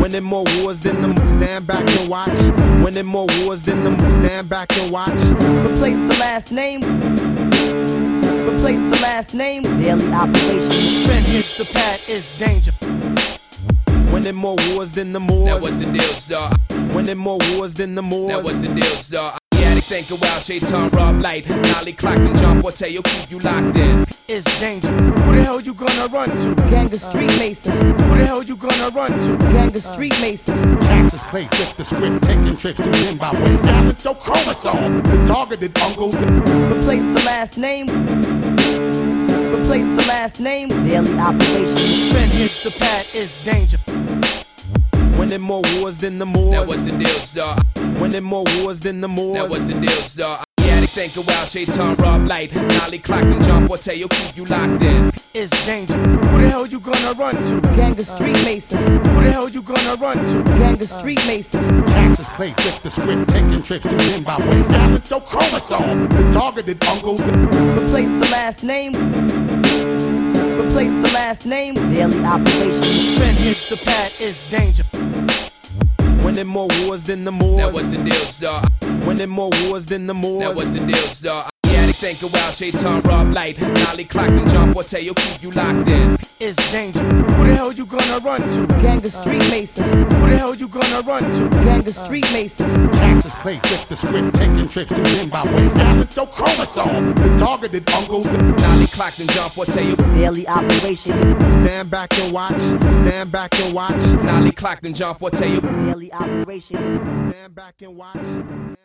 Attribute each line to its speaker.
Speaker 1: Winning more wars than them. Stand back and watch. Winning more wars than them. Stand back and watch.
Speaker 2: Replace the last name. Replace the last name. Daily operation.
Speaker 1: Trend hits the pad is danger. Winning more wars than the
Speaker 3: Now what's
Speaker 1: Moors.
Speaker 3: the deal, star?
Speaker 1: Winning more wars than the
Speaker 3: Now what's
Speaker 1: Moors.
Speaker 3: the deal, star? Yeah, they think a while, shade turn rob light. Nolly clock and jump, or tell you keep you locked in.
Speaker 1: Is danger. Who the hell you gonna run to?
Speaker 2: Gang of street masons.
Speaker 1: Who the hell you gonna run to?
Speaker 2: Gang of street masons.
Speaker 4: Taxes play with the script, taking trips to Zimbabwe. Balance your chromosome. The targeted uncle.
Speaker 2: Replace the last name. Replace the last name. Daily operation.
Speaker 1: Trend hits the pad is danger. Winning more wars than the
Speaker 3: Now what's
Speaker 1: Moors.
Speaker 3: the deal, star?
Speaker 1: Winning more wars than the
Speaker 3: Now what's
Speaker 1: Moors.
Speaker 3: the deal, star? Yeah, they think a while, shade turn rob light. Nolly clock and jump, or tell you keep you locked in.
Speaker 1: Is danger. Who the hell you gonna run to?
Speaker 2: Gang of street masons.
Speaker 1: Who the hell you gonna run to?
Speaker 2: Gang of street masons.
Speaker 4: Taxes play with the script, taking trips to Zimbabwe. Balance your chromosome. The targeted uncle.
Speaker 2: Replace the last name. Replace the last name. Daily operation.
Speaker 1: Trend hits the pad is danger. Winning more wars than the
Speaker 3: Now what's
Speaker 1: Moors.
Speaker 3: the deal, star?
Speaker 1: Winning more wars than the
Speaker 3: Now what's
Speaker 1: Moors.
Speaker 3: the deal, star? Yeah, they think a while, shade turn rob light. Nolly clock and jump, or tell you keep you locked in.
Speaker 1: Is danger. Who the hell you gonna run to?
Speaker 2: Gang of street masons.
Speaker 1: Who the hell you gonna run to?
Speaker 2: Gang of street masons.
Speaker 4: Taxes play with the script, taking trips to Zimbabwe. Balance your chromosome. The targeted uncle.
Speaker 3: Nolly clock and jump, or tell you
Speaker 2: Daily operation.
Speaker 1: Stand back and watch. Stand back and watch.
Speaker 3: Nolly clock and jump, or tell you
Speaker 2: Daily operation.
Speaker 1: Stand back and watch.